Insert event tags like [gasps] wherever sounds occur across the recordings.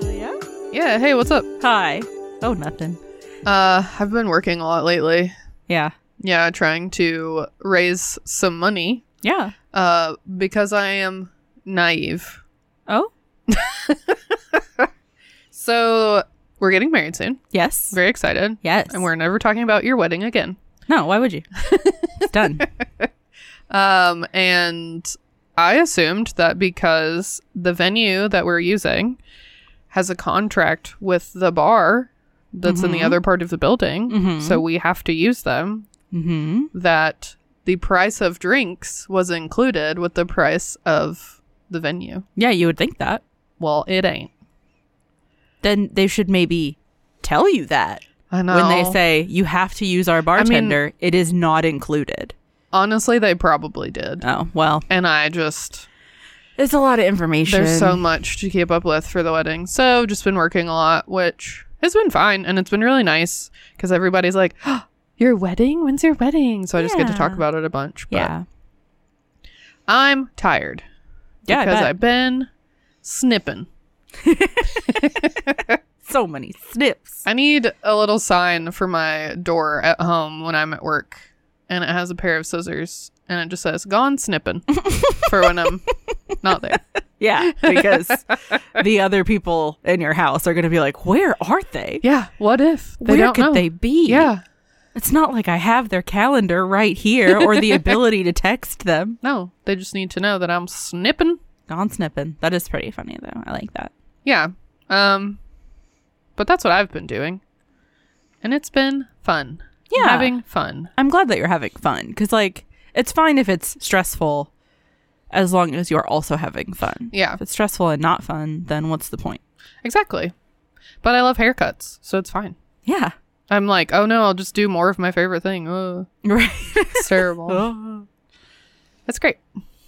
Oh, yeah. Yeah, hey, what's up? Hi. Oh, nothing. Uh, I've been working a lot lately. Yeah. Yeah, trying to raise some money. Yeah. Uh, because I am naive. Oh. So we're getting married soon. Yes. Very excited. yes. And we're never talking about your wedding again. no. Why [laughs] would you? It's done. Um, and I assumed that because the venue that we're using has a contract with the bar that's in the other part of the building, Mhm. so we have to use them, mm-hmm. that the price of drinks was included with the price of the venue. Yeah, you would think that. Well, it ain't. Then they should maybe tell you that I know. when they say you have to use our mean- bartender, it is not included. honestly, they probably did. Oh well, And I just it's a lot of information. There's so much to keep up with for the wedding. So just been working a lot, which has been fine and it's been really nice because everybody's like, oh, "Your wedding? When's your wedding?" So I just get to talk Yeah. about it a bunch. But yeah, I'm tired yeah. I because bet. I've been snipping. so many snips. I need a little sign for my door at home when I'm at work, and it has a pair of scissors and it just says "Gone [laughs] snipping" for when I'm not there. Yeah, because the other people in your house are going to be like, "Where are they? Yeah. What if they Where don't could know? they be?" Yeah. It's not like I have their calendar right here or [laughs] the ability to text them. No, they just need to know that I'm snipping. Gone snipping. That is pretty funny though. I like that. Yeah. Um but that's what I've been doing. And it's been fun. I'm Yeah. Having fun. I'm glad that you're having fun cuz like it's fine if it's stressful as long as you're also having fun. Yeah. If it's stressful and not fun, then what's the point? Exactly. But I love haircuts, so it's fine. Yeah. [laughs] I'm like, oh no, I'll just do more of my favorite thing. Ugh, [laughs] Right. [laughs] it's terrible. oh. That's great.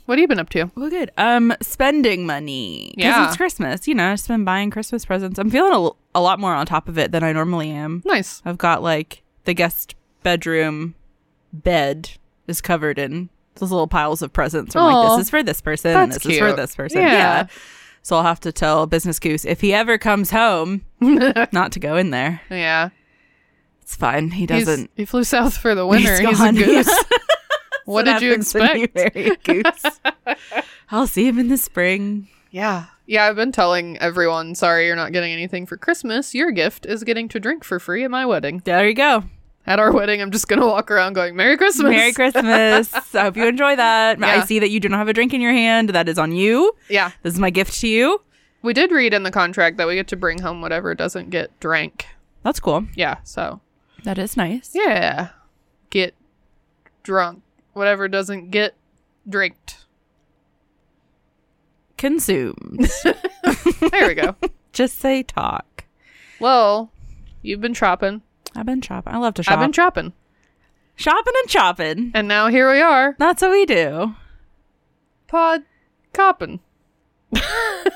What have you been up to? Well, good. Um, spending money. 'Cause Yeah. it's Christmas. You know, I've just been buying Christmas presents. I'm feeling a, l- a lot more on top of it than I normally am. Nice. I've got like the guest bedroom bed is covered in those little piles of presents. I'm like, Aw, this is for this person, and this that's is for cute. this person. Yeah. Yeah. So I'll have to tell Business Goose if he ever comes home not to go in there. [laughs] Yeah. It's fine. He He's- doesn't. he flew south for the winter. He's He's, a gone. [laughs] goose. Yeah. What That's did you happens when expect? marry a goose. [laughs] I'll see him in the spring. Yeah. Yeah, I've been telling everyone, sorry you're not getting anything for Christmas. Your gift is getting to drink for free at my wedding. There you go. At our wedding, I'm just gonna walk around going, Merry Christmas. Merry Christmas. I hope you enjoy that. Yeah. I see that you do not have a drink in your hand. That is on you. Yeah. This is my gift to you. We did read in the contract that we get to bring home whatever doesn't get drank. That's cool. Yeah, so. That is nice. Yeah. Get drunk. Whatever doesn't get drinked. Consumed. [laughs] There we go. Just say talk. well, you've been chopping. I've been chopping. I love to shop. I've been chopping. shopping and chopping. And now here we are. That's what we do. Pod copping. I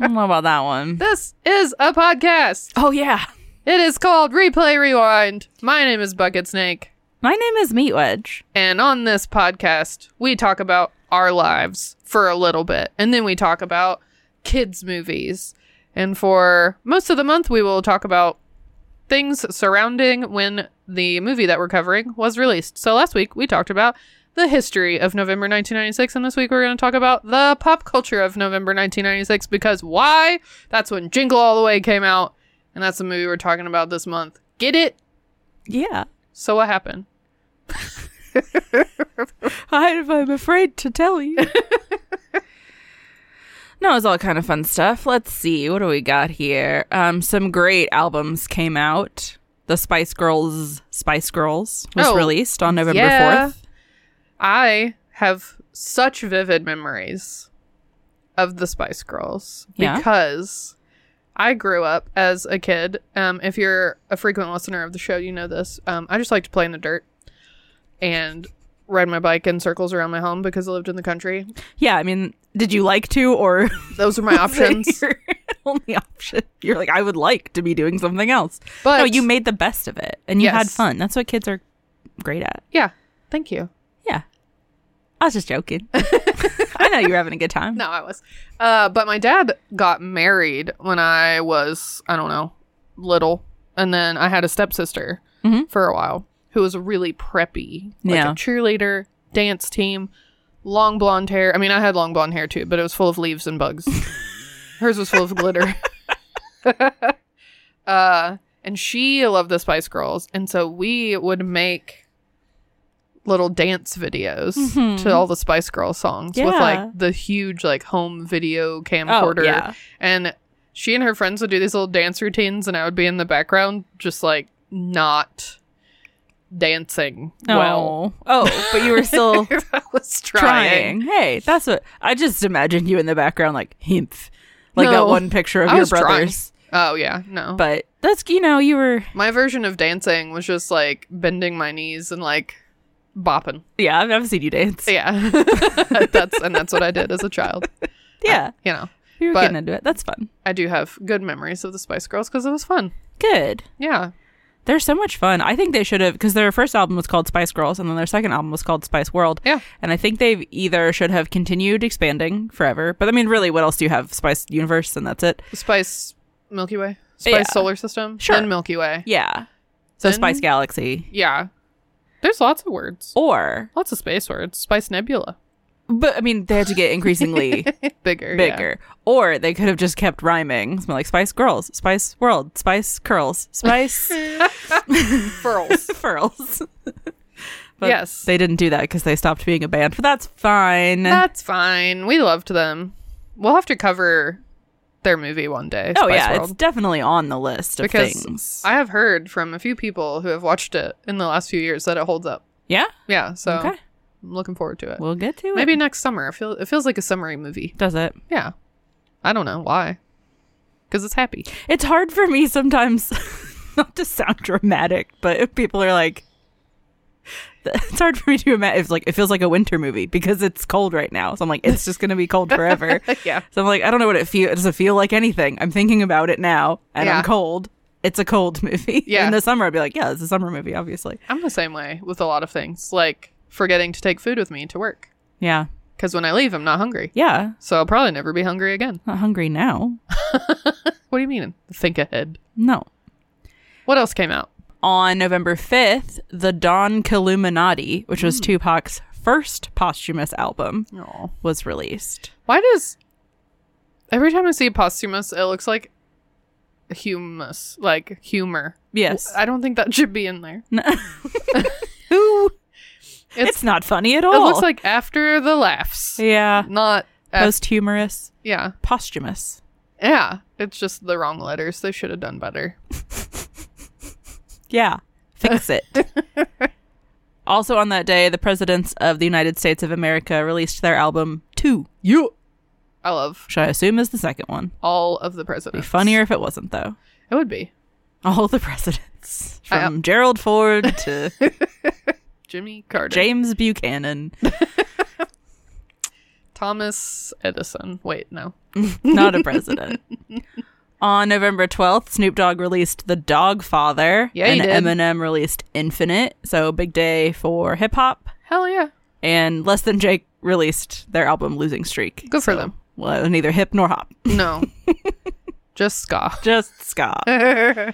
don't know about that [laughs] one. This is a podcast. Oh, yeah. It is called Replay Rewind. My name is Bucket Snake. My name is Meat Wedge. And on this podcast, we talk about our lives for a little bit. And then we talk about kids' movies. And for most of the month, we will talk about things surrounding when the movie that we're covering was released. So last week, we talked about the history of November 1996. And this week we're going to talk about the pop culture of November 1996 because why? That's when Jingle All the Way came out. And that's the movie we're talking about this month. Get it? Yeah. So what happened? I, I'm afraid to tell [laughs] you. no, it's all kind of fun stuff. Let's see. What do we got here? Um, some great albums came out. The Spice Girls, Spice Girls was Oh, released on November yeah. 4th. I have such vivid memories of the Spice Girls Yeah. because I grew up as a kid. Um, if you're a frequent listener of the show, you know this. Um, I just like to play in the dirt and ride my bike in circles around my home because I lived in the country. Yeah, I mean, did you like to or Those [laughs] were my options. your only option? You're like, I would like to be doing something else. But no, you made the best of it and you had Yes. fun. That's what kids are great at. yeah. Thank you. Yeah. I was just [laughs] joking. I know you're having a good time. No, I was. Uh, but my dad got married when I was, I don't know, little. And then I had a stepsister Mhm. for a while who was really preppy. Like Yeah. a cheerleader, dance team, long blonde hair. I mean, I had long blonde hair too, but it was full of leaves and bugs. Hers was full of glitter. uh, and she loved the Spice Girls. And so we would make little dance videos Mhm. to all the Spice Girl songs with Yeah. Oh, like the huge like home video camcorder. yeah. And she and her friends would do these little dance routines and I would be in the background just like not dancing well. Oh, oh, but you were [laughs] still If [laughs] I was trying. trying. Hey, that's what I just imagined you in the background, like himf, like that No, one picture of I your was trying. brothers. Oh yeah, no. But that's you know you were my version of dancing was just like bending my knees and like bopping. yeah I've never seen you dance yeah, Yeah. [laughs] that's and that's what I did as a child. You know. you were but- getting into it. That's fun. I do have good memories of the Spice Girls because it was fun. Good. Yeah. They're so much fun. I think they should have because their first album was called Spice Girls, and then their second album was called Spice World. Yeah. And I think they've either should have continued expanding forever. But I mean, really, what else do you have? Spice Universe, and that's it. Spice Milky Way. Spice Yeah. Solar System. Sure. Then Milky Way. Yeah. So Then- Spice Galaxy, Yeah. There's lots of words. or Lots of space words. Spice Nebula. but I mean, they had to get increasingly Bigger. [laughs] yeah. bigger. Or they could have just kept rhyming. Smell like Spice Girls, Spice World, Spice Curls, [laughs] Spice [laughs] [laughs] Furls. Furls. Yes. They didn't do that because they stopped being a band, but that's fine. That's fine. We loved them. We'll have to cover their movie one day. oh, Spice yeah. World. It's definitely on the list of because things. I have heard from a few people who have watched it in the last few years that it holds up. yeah. Yeah, so Okay. I'm looking forward to it. We'll get to it. Maybe next summer. It, feel, it feels like a summery movie. Does it? Yeah. I don't know why. Because it's happy. It's hard for me sometimes [laughs] not to sound dramatic, but if people are like, [laughs] it's hard for me to imagine. It's like it feels like a winter movie because it's cold right now. So I'm like, it's just gonna be cold forever. [laughs] Yeah. So I'm like, I don't know what it feel. It doesn't feel like anything. I'm thinking about it now, and Yeah. I'm cold. It's a cold [laughs] movie. Yeah. In the summer, I'd be like, yeah, it's a summer movie, obviously. I'm the same way with a lot of things, like forgetting to take food with me to work. Yeah. Because when I leave, I'm not hungry. Yeah. So I'll probably never be hungry again. Not hungry now. What do you mean? Think ahead. No. What else came out? On November 5th, the Don Caluminati, which Hmm. was Tupac's first posthumous album, Oh. was released. Why does every time I see posthumous, it looks like humus, like humor? Yes. I don't think that should be in there. No. Who? It's, It's, not funny at all. it looks like Mm, uh, after the laughs, yeah, not af- post humorous, yeah, posthumous. yeah. It's just the wrong letters. They should have done better. Yeah, [laughs] fix it. also on that day, the presidents of the United States of America released their album Two, You, I love which I assume is the second one. all of the It'd presidents. be funnier if it wasn't though. It would be All the presidents, I- uh, from Gerald Ford to [laughs] Jimmy Carter, James Buchanan. Thomas Edison. Wait, no. Not a president. On November 12th, Snoop Dogg released The Dog Father Yeah, he and did. Eminem released Infinite. So, big day for hip hop. Hell yeah, And Less Than Jake released their album Losing Streak. Good for So, them. Well, neither hip nor hop, [laughs] no. Just ska. just ska. yeah,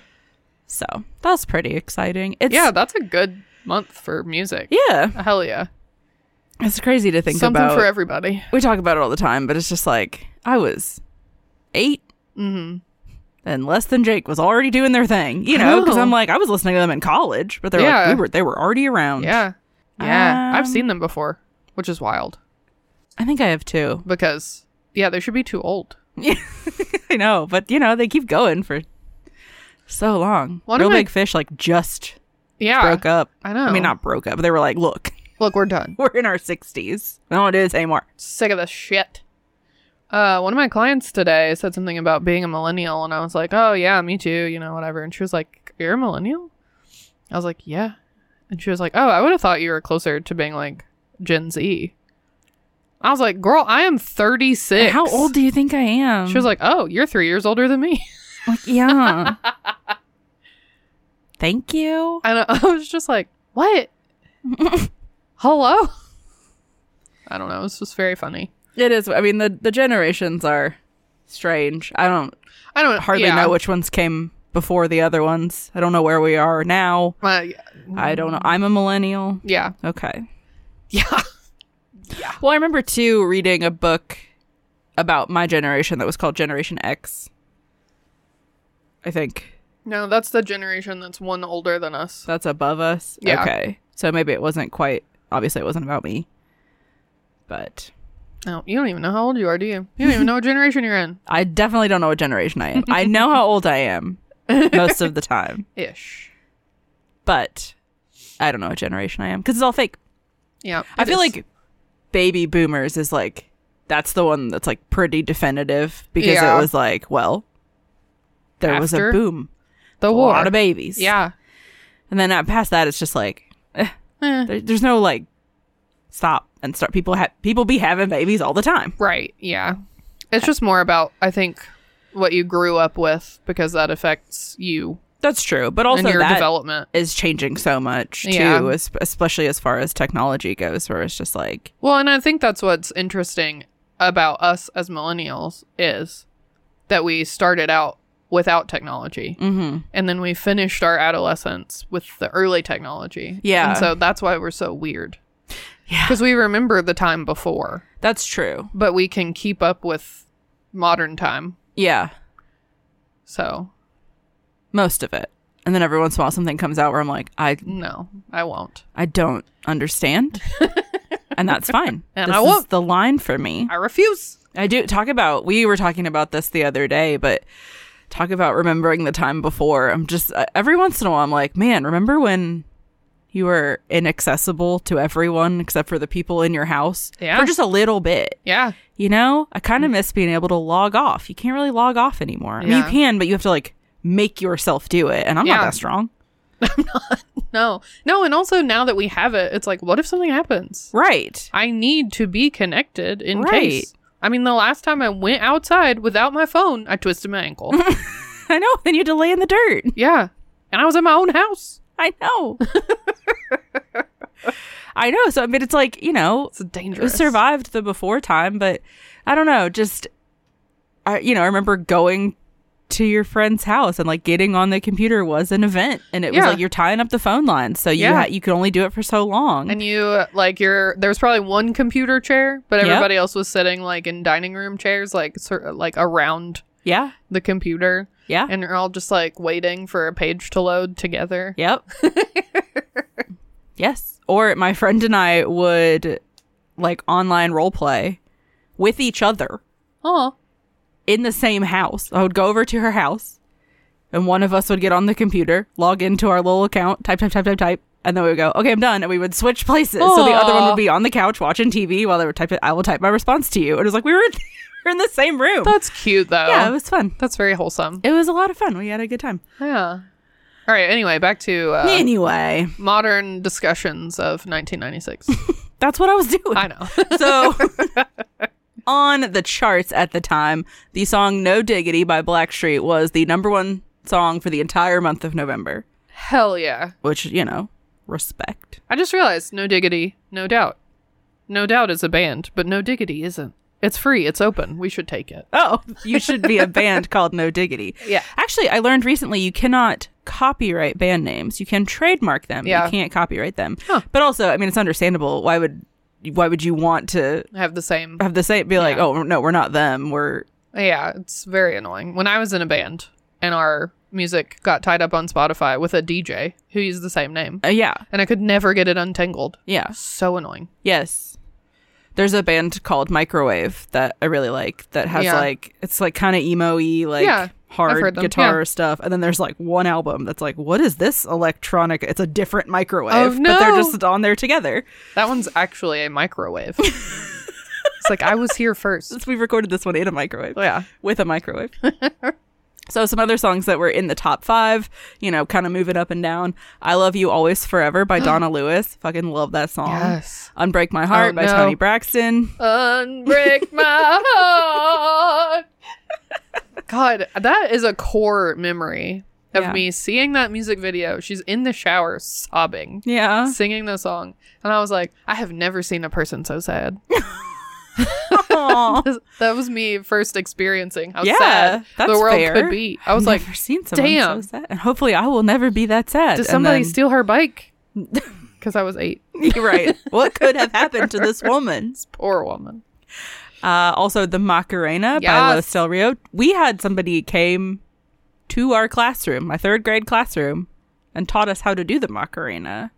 So, that's pretty exciting. It's that's a good month for music. Yeah. Hell yeah. It's crazy to think Something about. for everybody. we talk about it all the time, but it's just like I was 8 Mm-hmm. and less than Jake was already doing their thing, you know? Because Oh. I'm like, I was listening to them in college, but they're Yeah. like, we were, they were already around. Yeah. Yeah. I've Um, seen them before, which is wild I think I have two. [laughs] because, yeah, they should be too old. I know, but you know, they keep going for so long. One of Real my- Big Fish like just Yeah. broke up. I know. I mean, not broke up, but they were like, look, [laughs] Look, we're done. we're in our 60s. We don't want to do this anymore. sick of this shit. Uh, one of my clients today said something about being a millennial, and I was like, "Oh yeah, me too," you know, whatever. And she was like, "You're a millennial?" I was like, "Yeah," and she was like, "Oh, I would have thought you were closer to being like Gen Z." I was like, "Girl, I am 36." How old do you think I am? she was like, "Oh, you're three years older than me." [laughs] like, yeah. Thank you. And I I was just like, [laughs] "What? Hello?" I don't know. It's just very funny. It is. I mean, the the generations are strange. I don't I don't hardly yeah. know which ones came before the other ones. I don't know where we are now. Uh, I don't know. I'm a millennial. yeah, Okay. yeah. Well, I remember too reading a book about my generation that was called Generation X. I think No, that's the generation that's one older than us. that's above us. Yeah. Okay. So maybe it wasn't quite. Obviously, it wasn't about me. But No, you don't even know how old you are, do you? You don't even know what generation you're in. I definitely don't know what generation I am. I know how old I [laughs] am most of the time. Ish. but I don't know what generation I am because it's all fake. Yeah. I it feel is. like baby boomers is like that's the one that's like pretty definitive because Yeah. it was like, well, there was a After boom, the a war. lot of babies, yeah. and then uh, past that, it's just like eh, Eh. there- there's no like stop and start. People have people be having babies all the time. Right. Yeah. It's just more about I think what you grew up with because that affects you That's true, but also and your that development. is changing so much too, Yeah. es- especially as far as technology goes, where it's just like Well, and I think that's what's interesting about us as millennials is that we started out without technology. mhm. and then we finished our adolescence with the early technology. Yeah. And so that's why we're so weird. Yeah. Because we remember the time before, that's true. but we can keep up with modern time. Yeah, So, most of it and then every once in a while something comes out where i'm like i no, I won't. i don't understand and that's fine [laughs] And this I is won't. the line for me I refuse. i do talk about we were talking about this the other day but talk about remembering the time before i'm just uh, every once in a while i'm like man remember when you were inaccessible to everyone except for the people in your house Yeah. for just a little bit Yeah. you know i kind of miss being able to log off you can't really log off anymore i mean you Yeah. can but you have to like make yourself do it and i'm Yeah. not that strong No. No. And also, now that we have it, it's like, what if something happens? Right. I need to be connected in Right. case. I mean, the last time I went outside without my phone, I twisted my [laughs] ankle. I know. Then you had to lay in the dirt. yeah. And I was in my own house. I [laughs] know. I know. So, I mean, it's like, you know, It's dangerous. survived the before time, but I don't know. Just, I, you know, I remember going to your friend's house and like getting on the computer was an event. And it was Yeah. like you're tying up the phone lines. So you, Yeah. ha- you could only do it for so long. And you like your there was probably one computer chair, but Yeah. everybody else was sitting like in dining room chairs, like sort like around yeah. the computer, Yeah. and you're all just like waiting for a page to load together. [laughs] Yep. yes. Or my friend and I would like online role play with each other. Oh, in the same house. I would go over to her house, and one of us would get on the computer, log into our little account, type, type, type, type, type, and then we would go, okay, I'm done. And we would switch places. So the other one Aw. would be on the couch watching TV while they were typing, I will type my response to you. And it was like, we were, we were in [laughs] the same room. that's cute though. yeah, it was fun. that's very wholesome. It was a lot of fun. We had a good time. Yeah. All right. Anyway, back [laughs] to uh, anyway, modern discussions of 1996. that's what I was doing. I know. [laughs] [laughs] So on the charts at the time, the song No Diggity by Blackstreet was the number one song for the entire month of November, Hell yeah. which, you know, respect. I just realized No Diggity, No Doubt. No Doubt is a band, but No Diggity isn't. It's free. It's open. We should take it. Oh, [laughs] you should be a band called No Diggity. Yeah. Actually, I learned recently you cannot copyright band names. You can trademark them. but Yeah. You can't copyright them. But also, I mean, it's understandable. Why would why would you want to have the same. have the same be like, Yeah. oh no, we're not them. We're Yeah, it's very annoying. When I was in a band and our music got tied up on Spotify with a DJ who used the same name, uh, yeah, and I could never get it untangled. yeah, So annoying. yes. There's a band called Microwave that I really like that has Yeah. like it's like kind of emo-y like Yeah, heard hard them, yeah. guitar stuff, and then there's like one album that's like, what is this electronic? It's a different microwave, but they're Oh, no. just on there together. That one's actually a microwave. it's like I was here first. Since we recorded this one in a microwave. Yeah. with a [laughs] microwave. so some other songs that were in the top five, you know, kind of moving up and down. I Love You Always Forever [gasps] by Donna Lewis. Fucking love that song. Yes. Unbreak My Heart Oh, by no. Tony Braxton. Unbreak my heart. God, that is a core memory of Yeah. me seeing that music video. She's in the shower sobbing, [laughs] Yeah. singing the song. And I was like, I have never seen a person so sad. Aw. that was me first experiencing how Yeah, sad that's the world fair. could be. I was like, never seen someone damn. so sad. And hopefully I will never be that sad. did And somebody then- steal [laughs] her bike? Because I was eight. You're right. What could [laughs] have happened to this woman? Poor woman. Uh, also, the Macarena by Yes. Los Del Rio. We had somebody came to our classroom, my third grade classroom, and taught us how to do the Macarena.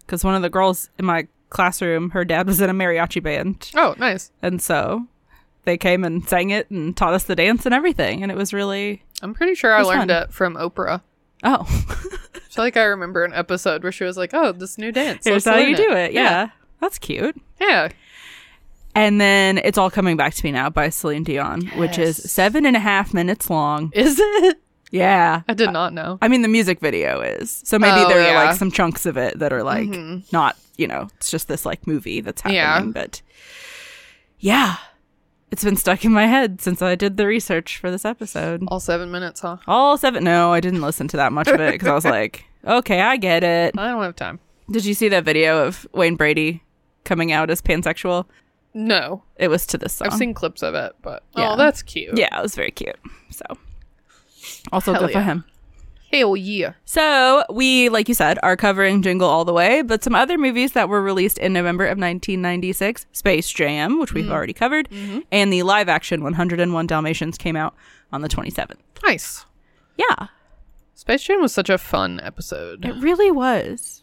Because one of the girls in my classroom, her dad was in a mariachi band, Oh, nice. and so they came and sang it and taught us the dance and everything, and it was really I'm pretty sure I Who's learned fun? it from Oprah. oh, I feel like I remember an episode where she was like, "Oh, this new dance. here's let's how you learn do it. Yeah. Yeah. that's cute. Yeah. And then it's all coming back to me now by Celine Dion, which is Yes. seven and a half minutes long. Is it? Yeah, I did not know. I mean, the music video is. So maybe Oh, there are yeah. Mm-hmm. like some chunks of it that are like not, you know, it's just this like movie that's happening. Yeah. But yeah, it's been stuck in my head since I did the research for this episode. All seven minutes, huh? All seven. No, I didn't listen to that much of it because I [laughs] was like, okay, I get it. I don't have time. Did you see that video of Wayne Brady coming out as pansexual? No, It was to this song. I've seen clips of it, but Uh-huh. Yeah. oh, that's cute. yeah, it was very cute. So also Hell good yeah. for him. Hell yeah. So, we, like you said, are covering Jingle All the Way, but some other movies that were released in November of 1996 Space Jam, which we've already covered, and the live action 101 Dalmatians came out on the 27th. Nice. Yeah, Space Jam was such a fun episode. it really was.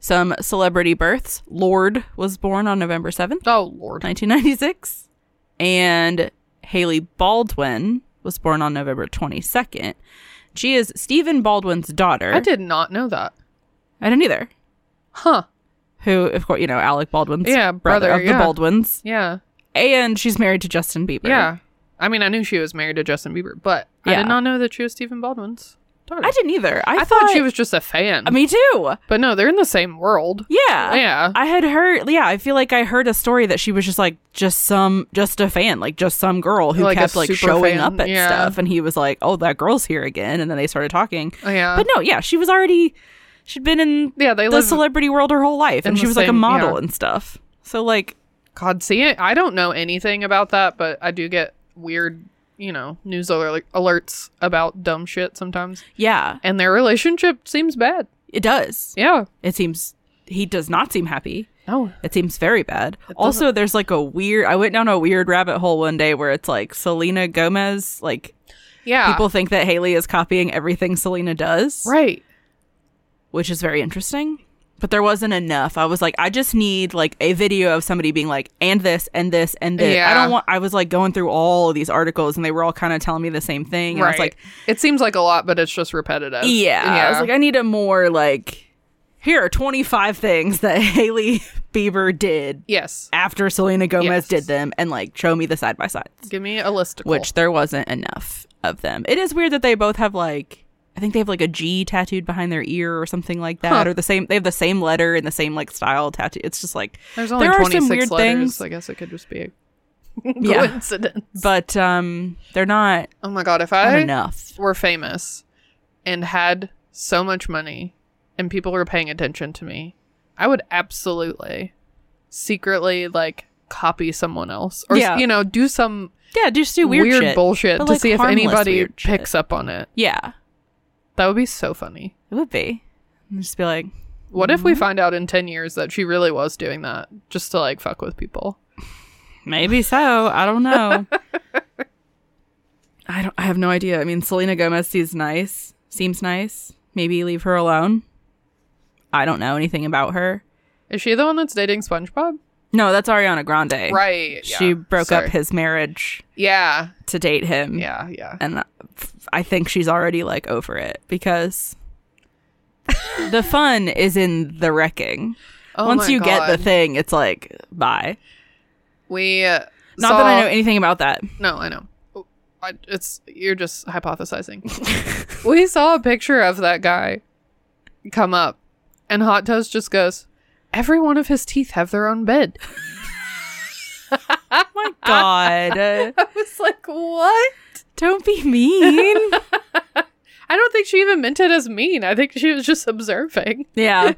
Some celebrity births. Lord was born on November 7th, Oh lord. 1996, and Haley Baldwin was born on November 22nd. She is Stephen Baldwin's daughter. I did not know that. I didn't either. Huh. who, of course, you know, Alec Baldwin's Yeah, brother, brother, of yeah. the Baldwins. Yeah. And she's married to Justin Bieber. Yeah. I mean, I knew she was married to Justin Bieber, but I Yeah. did not know that she was Stephen Baldwin's. daughter. I didn't either. I, I, thought, she was just a fan. Uh, Me too. but no, they're in the same world. Yeah. Yeah. I had heard. Yeah, I feel like I heard a story that she was just like just some just a fan, like just some girl who Like a kept like super showing fan, up at yeah. stuff, and he was like, "Oh, that girl's here again," and then they started talking. Oh, Yeah. But no, yeah, she was already she'd been in Yeah, they the live- celebrity world her whole life, in and she the was like a same- model yeah. and stuff. So like, God, see it. I don't know anything about that, but I do get weird, you know, news aler- alerts about dumb shit sometimes. yeah, And their relationship seems bad. it does. Yeah. It seems he does not seem happy. No. It seems very bad. Also, there's like a weird. I went down a weird rabbit hole one day where it's like Selena Gomez. Like Yeah. people think that Haley is copying everything Selena does, [laughs] right. which is very interesting. But there wasn't enough. I was like, I just need like a video of somebody being like, and this, and this, and this. I Yeah. don't want. I was like going through all of these articles, and they were all kind of telling me the same thing. And I was like, Right. it seems like a lot, but it's just repetitive. yeah. I was like, I need a more like. Here are 25 things that [laughs] Haley Bieber did yes. after Selena Gomez Yes. did them and like show me the side by sides, Give me a listicle. which there wasn't enough of them. It is weird that they both have like I think they have like a G tattooed behind their ear or something like that, Huh. or the same. They have the same letter and the same like style tattoo. It's just like There's only there are 26 some weird letters. things, I guess it could just be a [laughs] Yeah. coincidence. but um, they're not, Oh my god, if not I enough. were famous and had so much money and people were paying attention to me, I would absolutely secretly like copy someone else or Yeah. you know, do some Yeah, just do weird, weird, shit, bullshit but, to like, see if harmless anybody weird shit. picks up on it. Yeah, That would be so funny. it would be. And just be like, What if Mm-hmm. we find out in 10 years that she really was doing that just to like fuck with people? Maybe so. I don't know. [laughs] I don't. I have no idea. I mean, Selena Gomez seems nice. Seems nice. Maybe leave her alone. I don't know anything about her. Is she the one that's dating SpongeBob? No, that's Ariana Grande. Right. She yeah, broke sorry. up his marriage Yeah. to date him. Yeah, yeah. And I think she's already like over it [laughs] because the fun is in the wrecking. Oh Once my you get the God. thing, it's like bye. we uh, Not that I saw- know anything about [laughs] that. No, I know. Oh, I, it's you're just hypothesizing. [laughs] we saw a picture of that guy come up, and Hot Toast just goes, "Every one of his teeth have their [laughs] own bed." God, uh, [laughs] I was like, "What?" don't be mean. I don't think she even meant it as mean. I think she was just observing. [laughs] Yeah.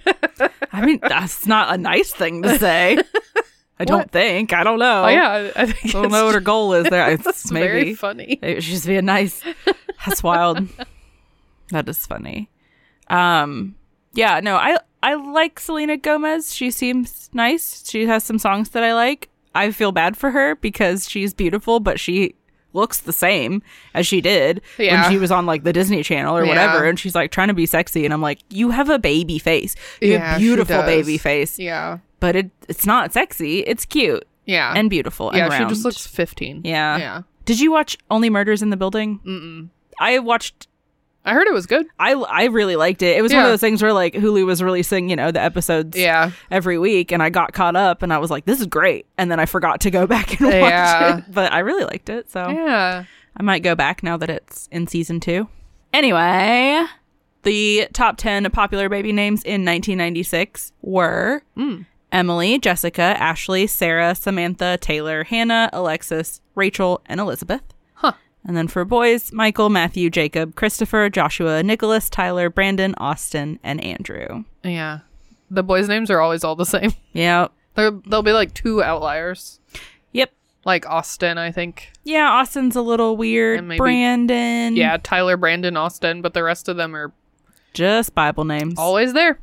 I mean, that's not a nice thing to [laughs] say. I don't What? think. I don't know. Oh yeah, I, I think I don't it's know what her goal is there. [laughs] that's It's maybe. very funny. maybe she's being nice. That's [laughs] wild. that is funny. Um, yeah, no, I I like Selena Gomez. She seems nice. She has some songs that I like. I feel bad for her because she's beautiful, but she looks the same as she did Yeah. when she was on like the Disney Channel or whatever, Yeah. and she's like trying to be sexy, and I'm like, you have a baby face, you have Yeah, a she beautiful does. baby face, Yeah, but it it's not sexy. It's cute yeah, and beautiful. yeah. and She just round. looks fifteen. Yeah. yeah. Did you watch Only Murders in the Building? Mm-mm. I watched. I heard it was good. I I really liked it. It was one Yeah. of those things where like Hulu was releasing, you know, the episodes Yeah, every week, and I got caught up, and I was like, "This is great," and then I forgot to go [laughs] back and watch Yeah. it. But I really liked it, so yeah. I might go back now that it's in season two. Anyway, the top ten popular baby names in 1996 were Mm. Emily, Jessica, Ashley, Sarah, Samantha, Taylor, Hannah, Alexis, Rachel, and Elizabeth. Huh. And then for boys, Michael, Matthew, Jacob, Christopher, Joshua, Nicholas, Tyler, Brandon, Austin, and Andrew. Yeah. The boys' names are always all the same. Yep. There, there'll be like two outliers, Yep. like Austin, I think. Yeah, Austin's a little weird. And maybe- Brandon. Yeah, Tyler, Brandon, Austin, but the rest of them are Just Bible names. [laughs] always there.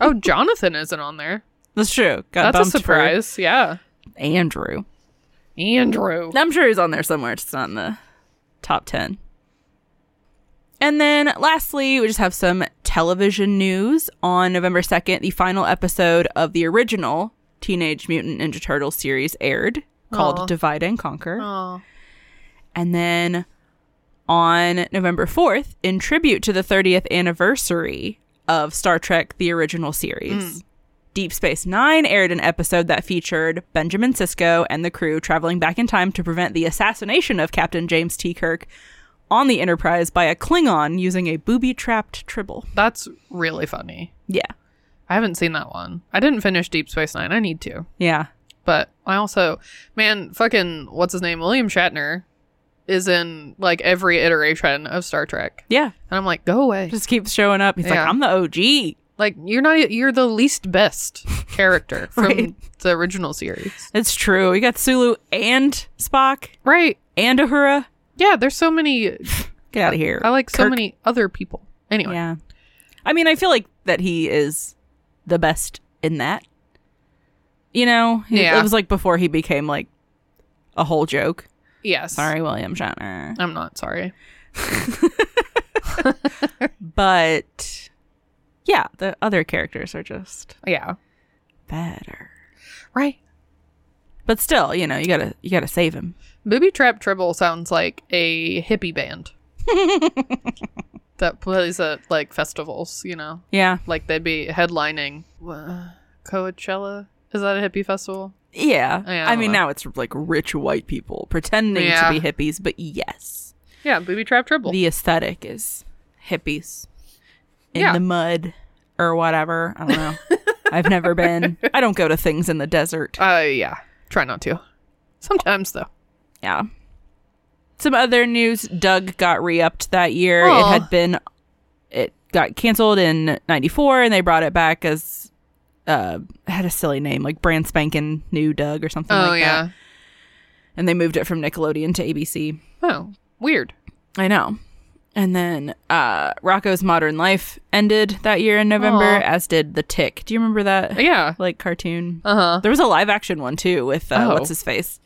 oh, Jonathan isn't on there. That's true. Got That's a bumped for surprise. Yeah, Andrew. Andrew. I'm sure he's on there somewhere, just not in the top 10. And then lastly, we just have some television news. On November 2nd, the final episode of the original Teenage Mutant Ninja Turtles series aired called Aw. Divide and Conquer. Oh, And then on November 4th, in tribute to the 30th anniversary of Star Trek the original series, Deep Space Nine aired an episode that featured Benjamin Sisko and the crew traveling back in time to prevent the assassination of Captain James T. Kirk on the Enterprise by a Klingon using a booby trapped tribble. That's really funny. Yeah. I haven't seen that one. I didn't finish Deep Space Nine. I need to. Yeah. But I also, man, fucking, what's his name? William Shatner is in like every iteration of Star Trek. Yeah. And I'm like, go away. Just keeps showing up. He's Yeah. like, I'm the OG. Like, you're not, you're the [laughs] least best character from Right. the original series. It's true. We got Sulu and Spock Right. and Uhura. Yeah. There's [laughs] so many, Get out of here. I like so Kirk. many other people. Anyway. Yeah. I mean, I feel like that he is the best in that. You know? He- Yeah. It was like before he became like a whole joke. Yes. Sorry, William Shatner. I'm not sorry. But yeah, the other characters are just Yeah. better. Right. But still, you know, you gotta you gotta save him. Booby Trap Trouble sounds like a [laughs] hippie band that plays at like festivals, you know? Yeah. Like they'd be headlining uh, Coachella. Is that a hippie festival? Yeah. Yeah, I mean, well. now it's like rich white people pretending Yeah. to be hippies, but yes, Yeah, Booby Trap Trouble. the aesthetic is hippies in Yeah. the mud or whatever. I don't [laughs] know. I've never been. I don't go to things in the desert. uh, yeah. Try not to. Sometimes though. Yeah. Some other news Doug got re upped that year. It Aw. had been, it got canceled in 94 and they brought it back as, uh, had a silly name, like brand spanking new Doug or something oh like yeah. that. And they moved it from Nickelodeon to ABC. Oh, weird. I know. And then uh, Rocco's Modern Life ended that year in November, Aw. as did The Tick. Do you remember that? Yeah. Like cartoon. Uh huh. There was a live action one too with uh, Oh. what's his face.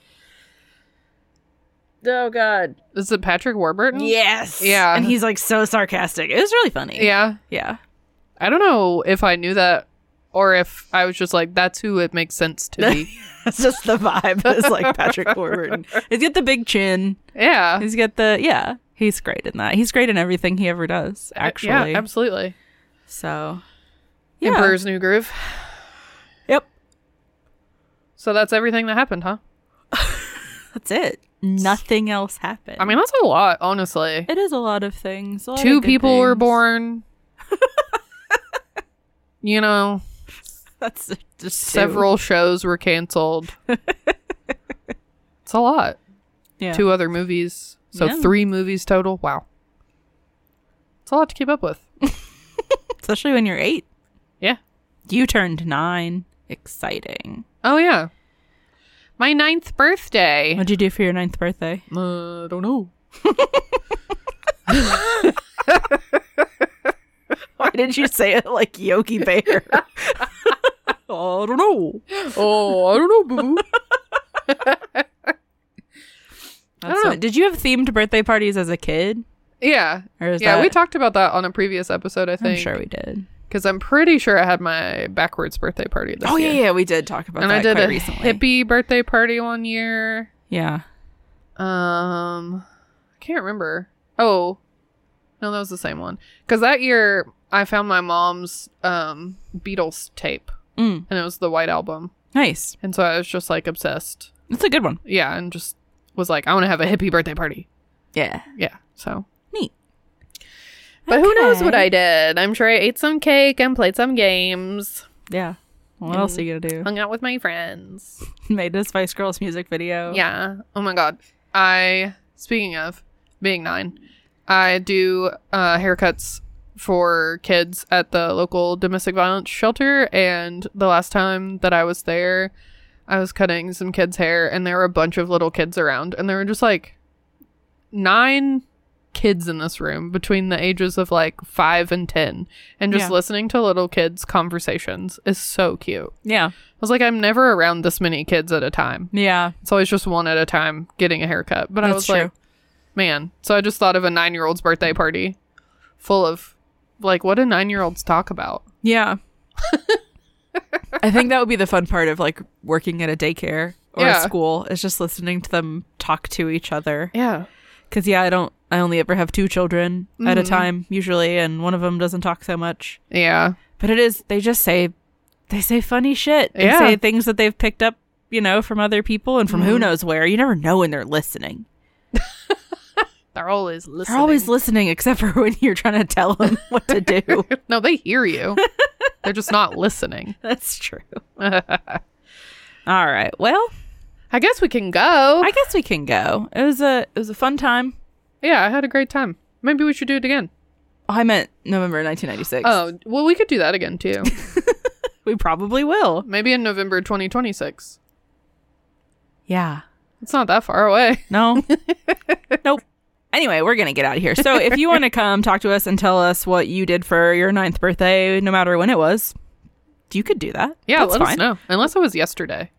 Is it Patrick Warburton? Yes. Yeah. And he's like so sarcastic. It was really funny. Yeah. Yeah. [laughs] I don't know if I knew that or if I was just like, that's who it makes sense to [laughs] be. That's just the vibe. It's like Patrick Warburton. He's got the big chin. yeah. He's got the yeah. He's great in that. He's great in everything he ever does. Actually. Yeah, absolutely. so. Yeah. Emperor's New Groove. Yep. So that's everything that happened, huh? That's it. Nothing else happened. I mean, that's a lot, honestly. It is a lot of things. a lot Two of good people were things. [laughs] born. you know, That's just two. several shows [laughs] were canceled. it's a lot. Yeah. Two other movies. So Yeah. three movies total. Wow. It's a lot to keep up with. especially when you're eight. Yeah. You turned nine. Exciting. Oh, yeah. My ninth birthday. What'd you do for your ninth birthday? Uh, don't know. [laughs] Why did you say it like Yogi Bear? [laughs] I don't know. Oh, I don't know, boo boo. That's know. fun. Did you have themed birthday parties as a kid? [laughs] Yeah. Or is yeah, we that- talked about that on a previous episode, I I'm think. sure we did. Because I'm pretty sure I had my backwards birthday party this Oh yeah, year. yeah, we did talk about And that I did quite a recently. hippie birthday party one year. Yeah. Um, I can't remember. Oh, no, that was the same one. Because that year I found my mom's um Beatles tape, Mm. and it was the White Album, Nice. and so I was just like obsessed. That's a good one. Yeah, and just was like, I want to have a hippie birthday party. Yeah. Yeah, so Neat. But who knows what Okay. I did? I'm sure I ate some cake and played some games, Yeah. What else are you gonna do? hung out with my friends. [laughs] Made a Spice Girls music video. Yeah. Oh my god. I speaking of being nine, I do uh, haircuts for kids at the local domestic violence shelter, and the last time that I was there, I was cutting some kids' hair, and there were a bunch of little kids around, and there were just like nine kids in this room between the ages of like five and ten and just Yeah. listening to little kids conversations is so cute i Yeah. was like i'm never around this many kids at a time Yeah. it's always just one at a time getting a haircut. But I That's was true. like, man. So I just thought of a nine year old's birthday party full of like, what do nine year olds talk about? [laughs] Yeah. I think that would be the fun part of like working at a daycare or Yeah. a school is just listening to them talk to each other. Yeah. Cause yeah, I don't, I only ever have two children at a Mm-hmm. time usually, and one of them doesn't talk so much. Yeah. But it is, they just say, they say funny shit. They Yeah. say things that they've picked up, Mm-hmm. you know, from other people and from who knows where. You never know when they're listening. They're always listening. They're always listening, except [laughs] for when you're trying to tell them what to do. no, they [laughs] hear you. They're just not listening. That's true. [laughs] All right. Well, I guess we can go. I guess we can go. It was a it was a fun time. yeah, I had a great time. Maybe we should do it again. I meant November 1996. Oh, well, we could do that [laughs] again too. we probably will. Maybe in November 2026. Yeah. It's not that far away. No. [laughs] nope. Anyway, we're going to get out of here. So if you want to come talk to us and tell us what you did for your ninth birthday, no matter when it was, you could do that. Yeah, That's let fine. us know. Unless it was yesterday.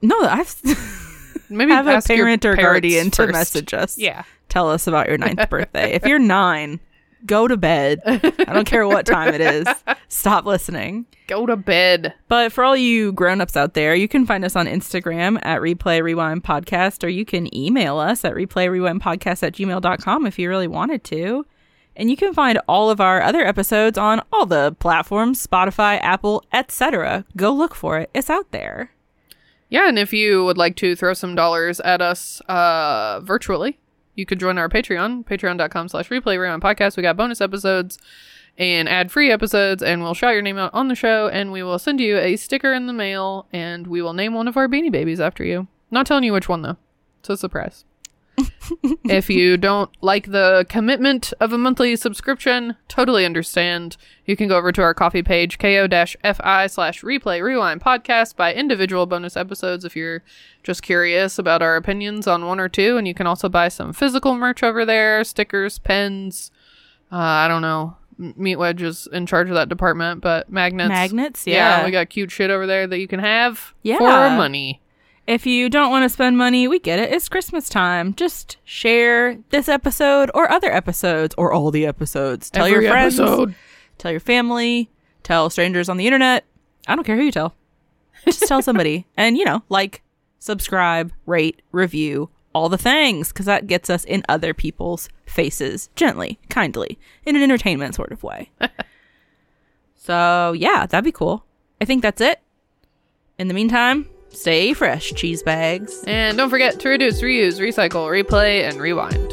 No, [laughs] I've. Maybe have a ask your parent or parents guardian to first. message us. Yeah. Tell us about your ninth birthday. If you're nine, go to bed. I don't care what time it is. Stop listening. Go to bed. But for all you grown-ups out there, you can find us on Instagram at Replay Rewind Podcast, or you can email us at replayrewindpodcast at gmail.com if you really wanted to. And you can find all of our other episodes on all the platforms, Spotify, Apple, etc. Go look for it. It's out there. Yeah, and if you would like to throw some dollars at us uh, virtually, you could join our Patreon, patreon.com slash replay rewind podcast. We got bonus episodes and ad free episodes, and we'll shout your name out on the show, and we will send you a sticker in the mail, and we will name one of our beanie babies after you. Not telling you which one, though. It's a surprise. [laughs] if you don't like the commitment of a monthly subscription, totally understand. You can go over to our coffee page, ko-fi slash replay rewind podcast by individual bonus episodes if you're just curious about our opinions on one or two. And you can also buy some physical merch over there, stickers, pens. Uh, I don't know. M- Meat Wedge is in charge of that department, but magnets. Magnets, yeah. we got cute shit over there that you can have Yeah. for money. If you don't want to spend money, we get it. It's Christmas time. Just share this episode or other episodes or all the episodes. Tell Every your friends, episode. tell your family, tell strangers on the internet. I don't care who you tell. Just tell somebody. And, you know, like, subscribe, rate, review, all the things, because that gets us in other people's faces gently, kindly, in an entertainment sort of way. so, yeah, that'd be cool. I think that's it. In the meantime, stay fresh, cheese bags. And don't forget to reduce, reuse, recycle, replay, and rewind.